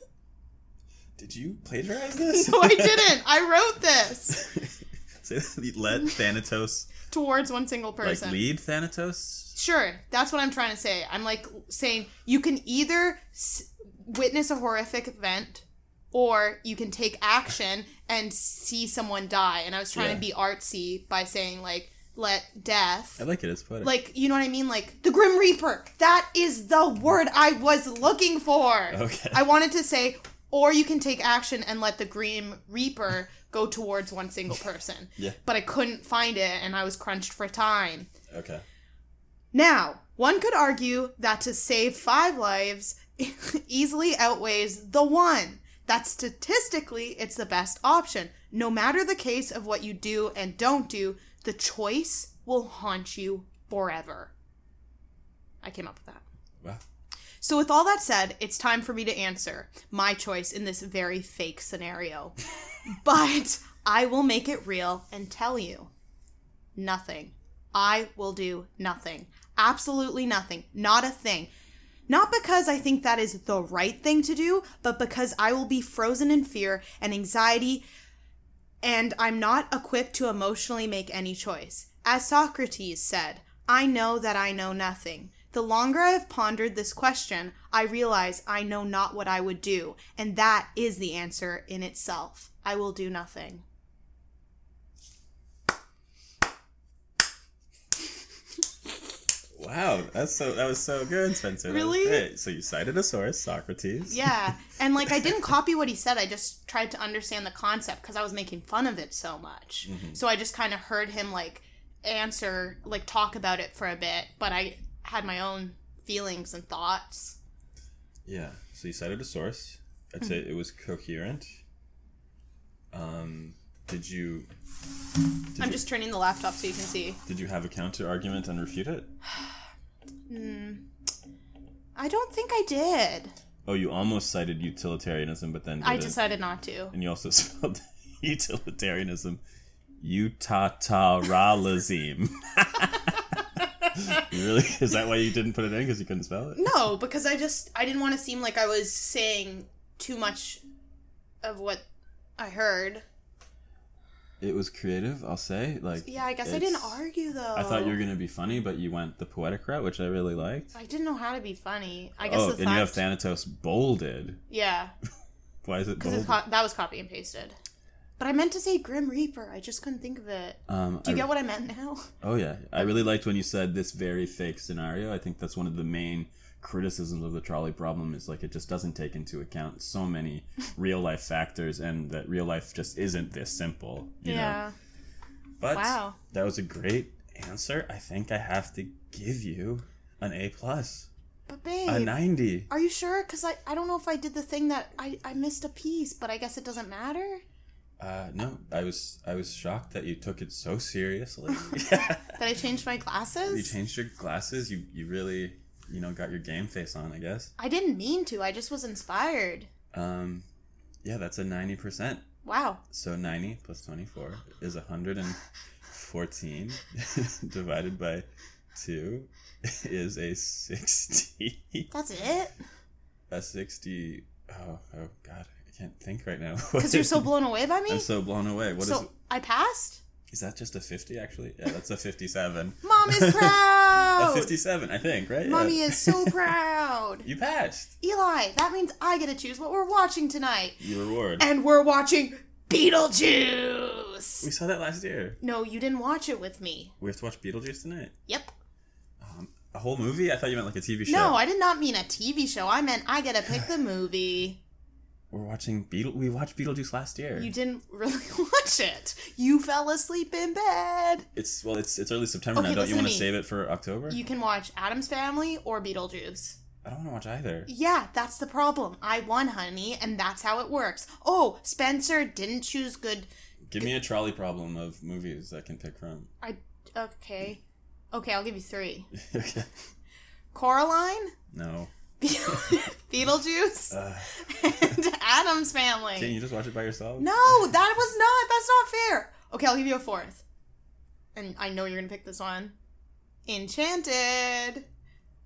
Speaker 2: Did you plagiarize this?
Speaker 1: No, I didn't. I wrote this
Speaker 2: Say that let Thanatos
Speaker 1: towards one single person.
Speaker 2: like lead Thanatos?
Speaker 1: Sure, that's what I'm trying to say. I'm like saying you can either s- witness a horrific event or you can take action and see someone die. And I was trying
Speaker 2: Yeah.
Speaker 1: to be artsy by saying like let death
Speaker 2: I like it, it's poetic.
Speaker 1: like you know what I mean like the grim reaper. That is the word I was looking for.
Speaker 2: Okay.
Speaker 1: I wanted to say or you can take action and let the grim reaper go towards one single person.
Speaker 2: Yeah.
Speaker 1: But I couldn't find it and I was crunched for time.
Speaker 2: okay.
Speaker 1: Now, one could argue that to save five lives easily outweighs the one. That statistically, it's the best option. No matter the case of what you do and don't do, the choice will haunt you forever. I came up with that.
Speaker 2: Wow.
Speaker 1: So, with all that said, it's time for me to answer my choice in this very fake scenario. but I will make it real and tell you nothing. I will do nothing. Absolutely nothing. Not a thing. Not because I think that is the right thing to do, but because I will be frozen in fear and anxiety and I'm not equipped to emotionally make any choice. As Socrates said, I know that I know nothing. The longer I have pondered this question, I realize I know not what I would do, and that is the answer in itself. I will do nothing.
Speaker 2: Wow, that's so that was so good, Spencer. That was
Speaker 1: Really?
Speaker 2: great. So you cited a source, Socrates.
Speaker 1: Yeah, and like I didn't copy what he said, I just tried to understand the concept because I was making fun of it so much. So I just kind of heard him like answer, like talk about it for a bit, but I had my own feelings and thoughts.
Speaker 2: Yeah. So you cited a source. I'd say
Speaker 1: Hmm.
Speaker 2: it was coherent. Um, did you? Did
Speaker 1: I'm
Speaker 2: you,
Speaker 1: just turning the laptop so you can see.
Speaker 2: Did you have a counter argument and refute it?
Speaker 1: I don't think I did.
Speaker 2: Oh, you almost cited utilitarianism, but then
Speaker 1: I
Speaker 2: didn't.
Speaker 1: decided not to.
Speaker 2: and you also spelled utilitarianism utataralism. you really? Is that why you didn't put it in? Because you couldn't spell it?
Speaker 1: No, because I just I didn't want to seem like I was saying too much of what I heard.
Speaker 2: It was creative, I'll say. Like
Speaker 1: Yeah, I guess I didn't
Speaker 2: it's-
Speaker 1: argue though.
Speaker 2: I thought you were gonna be funny, but you went the poetic route, which I really liked.
Speaker 1: I didn't know how to be funny. I guess
Speaker 2: Oh,
Speaker 1: the
Speaker 2: and
Speaker 1: fact.
Speaker 2: you have Thanatos bolded.
Speaker 1: yeah,
Speaker 2: Why is it
Speaker 1: because
Speaker 2: bolded?
Speaker 1: co- that was copy and pasted. But I meant to say Grim Reaper. I just couldn't think of it.
Speaker 2: um,
Speaker 1: Do you
Speaker 2: I-
Speaker 1: get what I meant now?
Speaker 2: oh yeah, I really liked when you said this very fake scenario. I think that's one of the main criticisms of the trolley problem is like it just doesn't take into account so many real life factors and that real life just isn't this simple you know
Speaker 1: yeah.
Speaker 2: but
Speaker 1: Wow.
Speaker 2: that was a great answer i think i have to give you an a plus
Speaker 1: But
Speaker 2: a
Speaker 1: babe,
Speaker 2: 90
Speaker 1: are you sure? Because I, I don't know if I did the thing that I, I missed a piece, but I guess it doesn't matter.
Speaker 2: uh no i was i was shocked that you took it so seriously
Speaker 1: That I changed my
Speaker 2: you
Speaker 1: glasses.
Speaker 2: changed your glasses you you really you know got your game face on i guess
Speaker 1: I didn't mean to. I just was inspired.
Speaker 2: um yeah that's a 90%
Speaker 1: Wow.
Speaker 2: So 90 plus 24 is 114 divided by 2 is a 60.
Speaker 1: That's it.
Speaker 2: A 60. Oh, oh God. I can't think right now.
Speaker 1: Because you're so blown away by me.
Speaker 2: I'm so blown away. What is
Speaker 1: so I passed.
Speaker 2: Is that just a 50 actually? Yeah, that's a 57.
Speaker 1: Mom is
Speaker 2: A
Speaker 1: proud.
Speaker 2: 57, I think, right?
Speaker 1: Oh, Mommy
Speaker 2: Yeah.
Speaker 1: is so proud.
Speaker 2: You patched.
Speaker 1: Eli, that means I get to choose what we're watching tonight.
Speaker 2: Your reward.
Speaker 1: And we're watching Beetlejuice.
Speaker 2: We saw that last year.
Speaker 1: No, you didn't watch it with me.
Speaker 2: We have to watch Beetlejuice tonight.
Speaker 1: Yep.
Speaker 2: Um, a whole movie? I thought you meant like a TV show.
Speaker 1: No, I did not mean a TV show. I meant I get to pick the movie.
Speaker 2: We're watching Beetle. We watched Beetlejuice last year.
Speaker 1: You didn't really watch it. You fell asleep in bed.
Speaker 2: It's well, it's it's early September
Speaker 1: Okay,
Speaker 2: now. Don't you
Speaker 1: listen to
Speaker 2: want to
Speaker 1: me.
Speaker 2: save it for October?
Speaker 1: You can watch Adam's Family or Beetlejuice.
Speaker 2: I don't want to watch either.
Speaker 1: Yeah, that's the problem. I won, honey, and that's how it works. Oh, Spencer didn't choose good.
Speaker 2: Give me a trolley problem of movies I can pick from.
Speaker 1: I okay, okay, I'll give you three.
Speaker 2: okay.
Speaker 1: Coraline,
Speaker 2: No.
Speaker 1: Be- Beetlejuice,
Speaker 2: Uh,
Speaker 1: and Adam's
Speaker 2: can't
Speaker 1: Family.
Speaker 2: you just watch it by yourself?
Speaker 1: No, that was not. That's not fair. Okay, I'll give you a fourth, and I know you're gonna pick this one. Enchanted.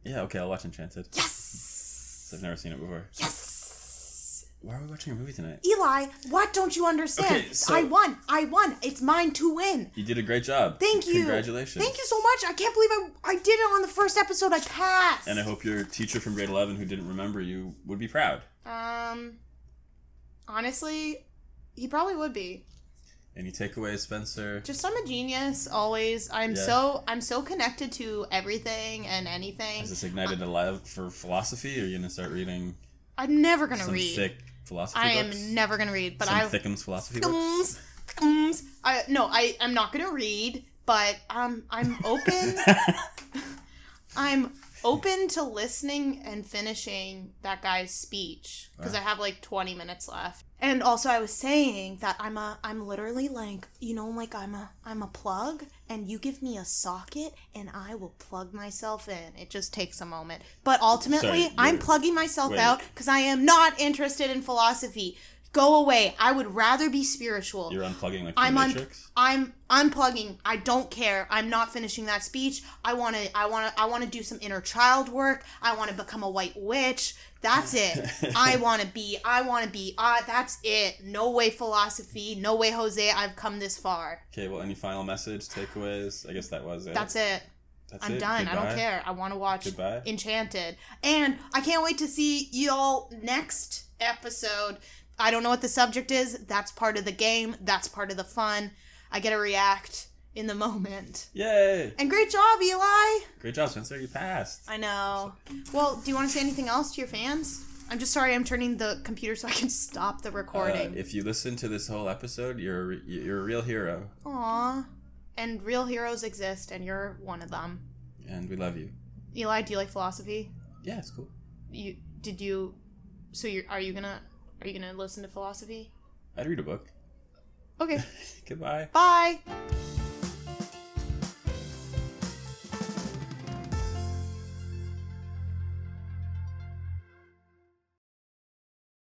Speaker 2: Yeah. Okay. I'll watch Enchanted.
Speaker 1: Yes.
Speaker 2: I've never seen it before.
Speaker 1: Yes.
Speaker 2: Why are we watching a movie tonight?
Speaker 1: Eli, what don't you understand?
Speaker 2: Okay, so-
Speaker 1: I won. I won. It's mine to win.
Speaker 2: You did a great job.
Speaker 1: Thank you.
Speaker 2: Congratulations.
Speaker 1: Thank you so much. I can't believe I, I did it on the first episode. I passed.
Speaker 2: And I hope your teacher from grade eleven, who didn't remember you, would be proud.
Speaker 1: um, honestly, he probably would be.
Speaker 2: Any takeaways, Spencer?
Speaker 1: Just I'm a genius. Always, I'm
Speaker 2: Yeah.
Speaker 1: so I'm so connected to everything and anything.
Speaker 2: Has this ignited a love for philosophy? Or are you gonna start reading
Speaker 1: I'm never gonna
Speaker 2: some
Speaker 1: read.
Speaker 2: thick philosophy
Speaker 1: I
Speaker 2: books?
Speaker 1: am never gonna read. But
Speaker 2: some
Speaker 1: I
Speaker 2: Thickums philosophy books.
Speaker 1: Thickums, thickums. I no, I I'm not gonna read. But um, I'm open. I'm open to listening and finishing that guy's speech because I have like 20 minutes left. And also I was saying that I'm a I'm literally like, you know, like I'm a I'm a plug and you give me a socket and I will plug myself in. It just takes a moment. But ultimately,
Speaker 2: Sorry,
Speaker 1: I'm
Speaker 2: wait.
Speaker 1: plugging myself
Speaker 2: Wait.
Speaker 1: out cuz I am not interested in philosophy. Go away. I would rather be spiritual.
Speaker 2: You're unplugging like the
Speaker 1: I'm un-
Speaker 2: Matrix.
Speaker 1: I'm unplugging. I don't care. I'm not finishing that speech. I want to I want to I want to do some inner child work. I want to become a white witch. That's it. I want to be I want to be ah that's it. No way philosophy. No way Jose. I've come this far.
Speaker 2: Okay, well, any final message, takeaways? I guess that was it.
Speaker 1: That's it.
Speaker 2: That's
Speaker 1: I'm
Speaker 2: it.
Speaker 1: done. I don't
Speaker 2: Goodbye.
Speaker 1: care. I want to watch
Speaker 2: Goodbye.
Speaker 1: Enchanted. And I can't wait to see y'all next episode. I don't know what the subject is. That's part of the game. That's part of the fun. I get to react in the moment.
Speaker 2: Yay!
Speaker 1: And great job, Eli.
Speaker 2: Great job, Spencer. You passed.
Speaker 1: I know. Well, do you want to say anything else to your fans? I'm just sorry I'm turning the computer so I can stop the
Speaker 2: Uh,
Speaker 1: recording.
Speaker 2: if you listen to this whole episode, you're a- you're a real hero,
Speaker 1: Aw. And real heroes exist, and you're one of them.
Speaker 2: and we love you.
Speaker 1: Eli, do you like philosophy?
Speaker 2: Yeah, it's cool.
Speaker 1: you did you so you're are you gonna are you gonna listen to philosophy
Speaker 2: I'd read a book.
Speaker 1: okay
Speaker 2: Goodbye.
Speaker 1: bye